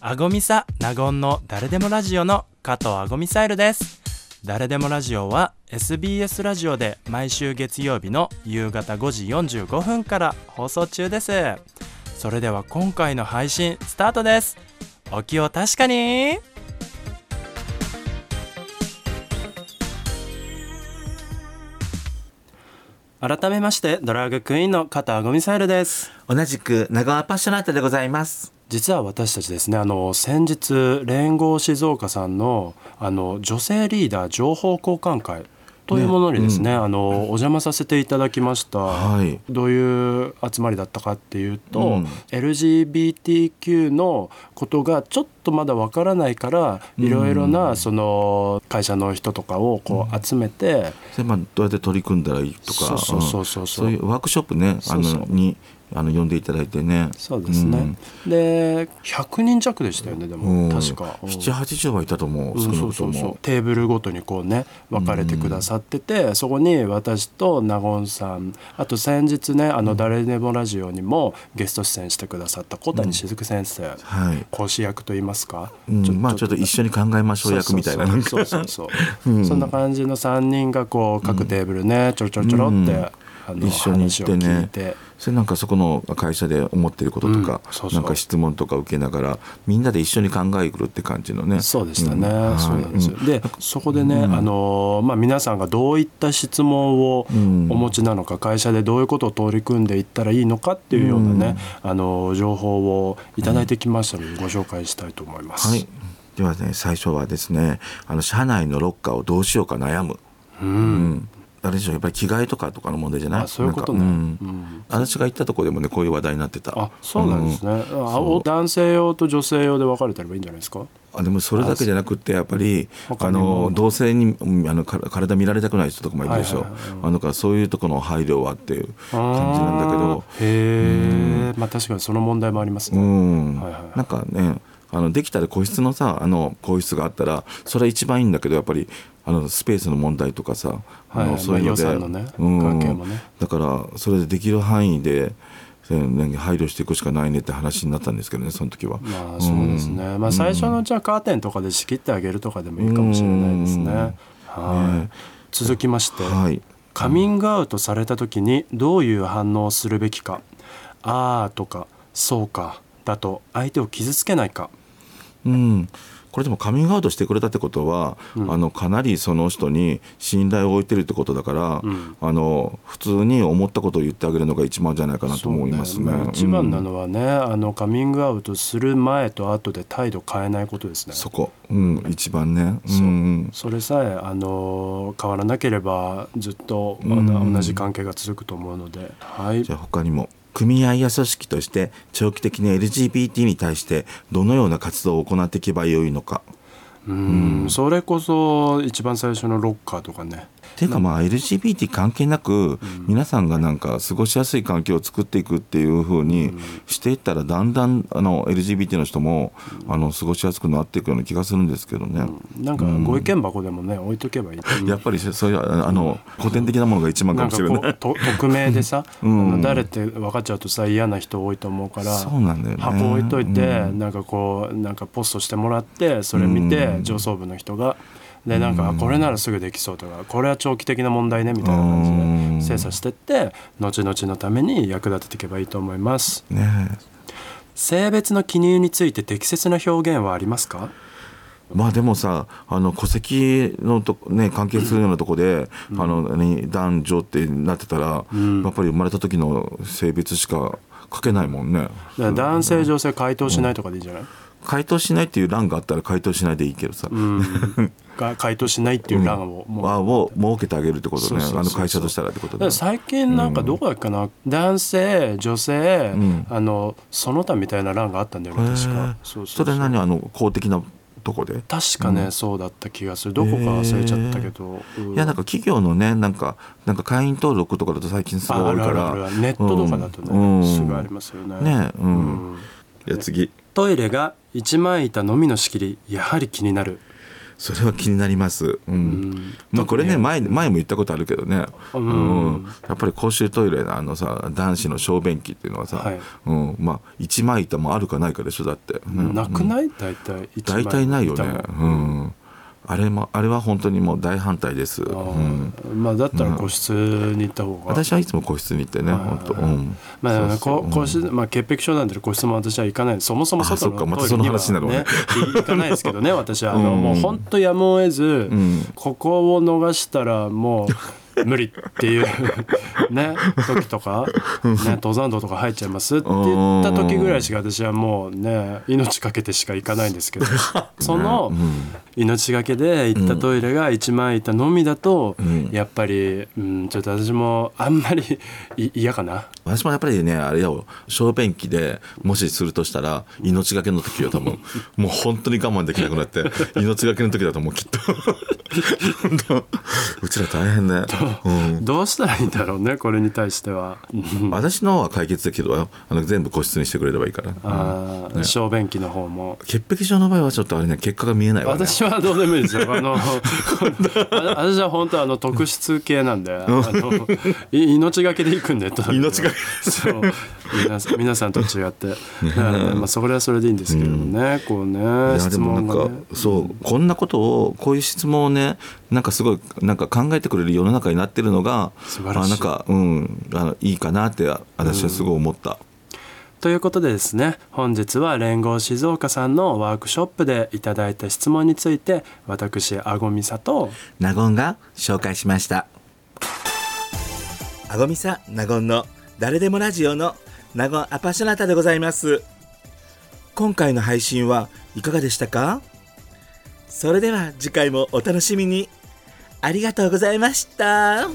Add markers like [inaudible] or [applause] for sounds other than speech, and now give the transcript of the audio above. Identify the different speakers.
Speaker 1: アゴミサナゴンの誰でもラジオの加藤アゴミサイルです誰でもラジオは SBS ラジオで毎週月曜日の夕方5時45分から放送中ですそれでは今回の配信スタートですお気を確かに改めましてドラァグクイーンの加藤アゴミサイルです
Speaker 2: 同じく長川パッショナータでございます
Speaker 1: 実は私たちですねあの先日連合静岡さんのあの女性リーダー情報交換会というものにですねあのお邪魔させていただきました、
Speaker 2: はい
Speaker 1: どういう集まりだったかっていうと、
Speaker 2: うん
Speaker 1: LGBTQ のことがちょっとまだわからないからいろいろなその会社の人とかをこう集めて、
Speaker 2: それまあどうやって取り組んだらいいとか
Speaker 1: そうそうそうそうそうん
Speaker 2: いうワークショップねあの
Speaker 1: そうそう
Speaker 2: にあの呼んでいただいてね
Speaker 1: そうですね、で100人弱でしたよねで
Speaker 2: うん
Speaker 1: も確か。うん
Speaker 2: 七八十はいたと思う少
Speaker 1: う
Speaker 2: な
Speaker 1: ん
Speaker 2: く
Speaker 1: そう
Speaker 2: と
Speaker 1: そうそう
Speaker 2: も
Speaker 1: テーブルごとにこうね分かれてくださってて、そこに私と納言さんあと先日ね「あの誰でもラジオ」にもゲスト出演してくださった小谷雫先生、
Speaker 2: はい
Speaker 1: 講師役といいますか、
Speaker 2: うんまあちょっと一緒に考えましょう役みたいななんか
Speaker 1: そうそうそう
Speaker 2: [laughs]
Speaker 1: そうそんな感じの3人がこう各テーブルねちょろちょろちょろって、
Speaker 2: うん
Speaker 1: あの
Speaker 2: 一緒に行って
Speaker 1: 話を聞い
Speaker 2: ね
Speaker 1: て
Speaker 2: それなんかそこの会社で思ってることとか
Speaker 1: うんそうそ
Speaker 2: な
Speaker 1: う
Speaker 2: んか質問とか受けながらみんなで一緒に考えてくるって感じのね
Speaker 1: そうでしたね、
Speaker 2: んはい
Speaker 1: そうなんですよ、
Speaker 2: うん
Speaker 1: でそこでね、あのーまあ、皆さんがどういった質問をお
Speaker 2: うん
Speaker 1: 持ちなのか、会社でどういうことを取り組んでいったらいいのかっていうようなね、あのー情報をいただいてきましたのでご紹介したいと思います。
Speaker 2: はいではね最初はですねあの社内のロッカーをどうしようか悩む
Speaker 1: うん
Speaker 2: うん、あれでしょやっぱり着替えとかとかの問題じゃない
Speaker 1: あそういうことね
Speaker 2: なんか
Speaker 1: う
Speaker 2: うんん、私が行ったとこでもねこういう話題になってた
Speaker 1: あそうなんですね、
Speaker 2: う
Speaker 1: あお男性用と女性用で分かれてればいいんじゃないですか
Speaker 2: あでもそれだけじゃなくってやっぱり
Speaker 1: 他
Speaker 2: あ
Speaker 1: にも
Speaker 2: の同性にうんあのから体見られたくない人とかもいるでしょ、
Speaker 1: はいはいはい
Speaker 2: あのからそういうところの配慮はっていう感じなんだけど
Speaker 1: あーへえまあ確かにその問題もあります
Speaker 2: う
Speaker 1: ね、
Speaker 2: ん、
Speaker 1: はいはい
Speaker 2: なんかねあのできたら個室のさあの個室があったらそれは一番いいんだけどやっぱりあのスペースの問題とかさ、あ
Speaker 1: は
Speaker 2: の
Speaker 1: い
Speaker 2: そういうので、
Speaker 1: まあ予算のね
Speaker 2: うん
Speaker 1: 関係もね
Speaker 2: だからそれでできる範囲でそういうのに配慮していくしかないねって話になったんですけどねその時は。
Speaker 1: まあそうですね、まあ最初のうちはカーテンとかで仕切ってあげるとかでもいいかもしれないですね。
Speaker 2: うん
Speaker 1: はい、
Speaker 2: ね
Speaker 1: 続きまして、
Speaker 2: はい
Speaker 1: カミングアウトされた時にどういう反応をするべきか「あー」とか「そうか」だと相手を傷つけないか。
Speaker 2: うん、これでもカミングアウトしてくれたってことは、あのかなりその人に信頼を置いてるってことだから、
Speaker 1: うん
Speaker 2: あの普通に思ったことを言ってあげるのが一番じゃないかなと思いますね。
Speaker 1: そう
Speaker 2: うん
Speaker 1: 一番なのはね、あのカミングアウトする前と後で態度変えないことですね。
Speaker 2: そこ、うん、一番ね。
Speaker 1: そう
Speaker 2: うん
Speaker 1: それさえあの変わらなければずっと、あの
Speaker 2: うん
Speaker 1: 同じ関係が続くと思うので、はい
Speaker 2: じゃあ他にも組合や組織として長期的に LGBT に対してどのような活動を行っていけばよいのか。
Speaker 1: うんそれこそ一番最初のロッカーとかね
Speaker 2: っていうかまあ LGBT 関係なく皆さんがなんか過ごしやすい環境を作っていくっていう風にしていったらだんだんあの LGBT の人もあの過ごしやすくなっていくような気がするんですけどね。
Speaker 1: なんかご意見箱でもね、置いとけばいい
Speaker 2: やっぱりそそういうああの古典的なものが一番かも
Speaker 1: なんか
Speaker 2: しれ
Speaker 1: こ
Speaker 2: な
Speaker 1: う
Speaker 2: い。
Speaker 1: と匿名でさ、
Speaker 2: [laughs] うん
Speaker 1: あの誰って分かっちゃうとさ嫌な人多いと思うから
Speaker 2: そうなんだよね
Speaker 1: 箱置いといて、
Speaker 2: うん
Speaker 1: なんかこうなんかポストしてもらってそれ見て、
Speaker 2: うん
Speaker 1: 上層部の人が。でなんかあこれならすぐできそうとかこれは長期的な問題ねみたいな感
Speaker 2: う
Speaker 1: じ
Speaker 2: ん
Speaker 1: で精査してって後々のために役立てていけばいいと思います
Speaker 2: ねえ
Speaker 1: 性別の記入について適切な表現はありますか
Speaker 2: まあでもさあの戸籍のとこね関係するようなとこで、あの何男女ってなってたら、やっぱり生まれた時の性別しか書けないもんね。
Speaker 1: だから男性女性回答しないとかでいいんじゃない、
Speaker 2: 回答しないっていう欄があったら回答しないでいいけどさ、 [laughs]
Speaker 1: うん、が回答しないっていう欄をもう、
Speaker 2: あを設けてあげるってこと
Speaker 1: そう
Speaker 2: ね
Speaker 1: そうそう
Speaker 2: あの会社としたらってこと
Speaker 1: だか
Speaker 2: ね
Speaker 1: ら最近なんかどこだっけかな、男性女性、
Speaker 2: ん
Speaker 1: あのその他みたいな欄があったんだよね確
Speaker 2: へ
Speaker 1: か
Speaker 2: ー
Speaker 1: そうそ
Speaker 2: そう
Speaker 1: そ
Speaker 2: れ
Speaker 1: う
Speaker 2: 何あの公的なとこで、
Speaker 1: 確かね、そうだった気がするどこか忘れちゃったけど、うん
Speaker 2: いやなんか企業のねなんかなんか会員登録とかだと最近すごい
Speaker 1: あ
Speaker 2: 多
Speaker 1: あ
Speaker 2: い
Speaker 1: る
Speaker 2: か
Speaker 1: ある
Speaker 2: ら
Speaker 1: あるあるネットとかだとね、
Speaker 2: うん
Speaker 1: すぐありますよね
Speaker 2: ねう、
Speaker 1: うんん
Speaker 2: いや次
Speaker 1: トイレが一枚板のみの仕切りやはり気になる
Speaker 2: それは気になります、うん
Speaker 1: ん
Speaker 2: まあ、これね前前も言ったことあるけどね、う
Speaker 1: う
Speaker 2: んんやっぱり公衆トイレのあのさ男子の小便器っていうのはさ、
Speaker 1: はい
Speaker 2: うんまあ、一枚板もあるかないかでしょだって、うん
Speaker 1: なくない大体一枚
Speaker 2: 大体ないよね、
Speaker 1: 板
Speaker 2: う
Speaker 1: も
Speaker 2: ん、あれもあれは本当にもう大反対です、
Speaker 1: あ
Speaker 2: うん、
Speaker 1: ーまあだったら個室に行った方が、
Speaker 2: 私はいつも個室に行ってね
Speaker 1: はい
Speaker 2: 本当、うん、
Speaker 1: まあ
Speaker 2: そう
Speaker 1: だから
Speaker 2: そう
Speaker 1: こ個室、まあ、潔癖症なんで個室も私は行かないそもそも外の
Speaker 2: あそっかまた
Speaker 1: トイレには
Speaker 2: その話になるわね
Speaker 1: 行かないですけ
Speaker 2: [laughs]
Speaker 1: どね私はあの、
Speaker 2: うん
Speaker 1: もう本当やむを得ず、
Speaker 2: ん
Speaker 1: ここを逃したらもう無理っていう
Speaker 2: [laughs]
Speaker 1: ね時とか、ね、登山道とか入っちゃいますって言った時ぐらいしか私はもうね命かけてしか行かないんです
Speaker 2: [laughs]
Speaker 1: けどその、命がけで行ったトイレが1枚板のみだと、
Speaker 2: ん
Speaker 1: やっぱり、うん、ちょっと私もあんまりい嫌かな。
Speaker 2: 私もやっぱりねあれよ小便器でもしするとしたら命がけの時よ多
Speaker 1: [laughs]
Speaker 2: 分もう本当に我慢できなくなって命がけの時だと思うきっと本当うちら大変ね、うん
Speaker 1: どうしたらいいんだろうねこれに対しては、うん
Speaker 2: 私のは解決できるわよあの全部個室にしてくれればいいから、
Speaker 1: あー小便器の方も
Speaker 2: 潔癖症の場合はちょっとあれね結果が見えないわね
Speaker 1: 私はどうでもいいですよ
Speaker 2: [laughs]
Speaker 1: あのあ私は本当あの特質系なんであのい命がけで行くんでと
Speaker 2: 命がけ
Speaker 1: そう皆さん皆さんと違ってだからね、まあ、それはそれでいいんですけどもね、こう
Speaker 2: い
Speaker 1: ね
Speaker 2: や
Speaker 1: 質
Speaker 2: でも
Speaker 1: 問
Speaker 2: なん
Speaker 1: が
Speaker 2: か
Speaker 1: ね
Speaker 2: そうこんなことをこういう質問をねなんかすごいなんか考えてくれる世の中になってるのが
Speaker 1: 素晴らしい
Speaker 2: あなんかうんあのいいかなって私はすごい思った。
Speaker 1: ということでですね本日は連合静岡さんのワークショップでいただいた質問について私あごみさと
Speaker 3: ナゴンが紹介しましたアゴミサナゴンの誰でもラジオのナゴンアパショナタでございます今回の配信はいかがでしたかそれでは次回もお楽しみにありがとうございました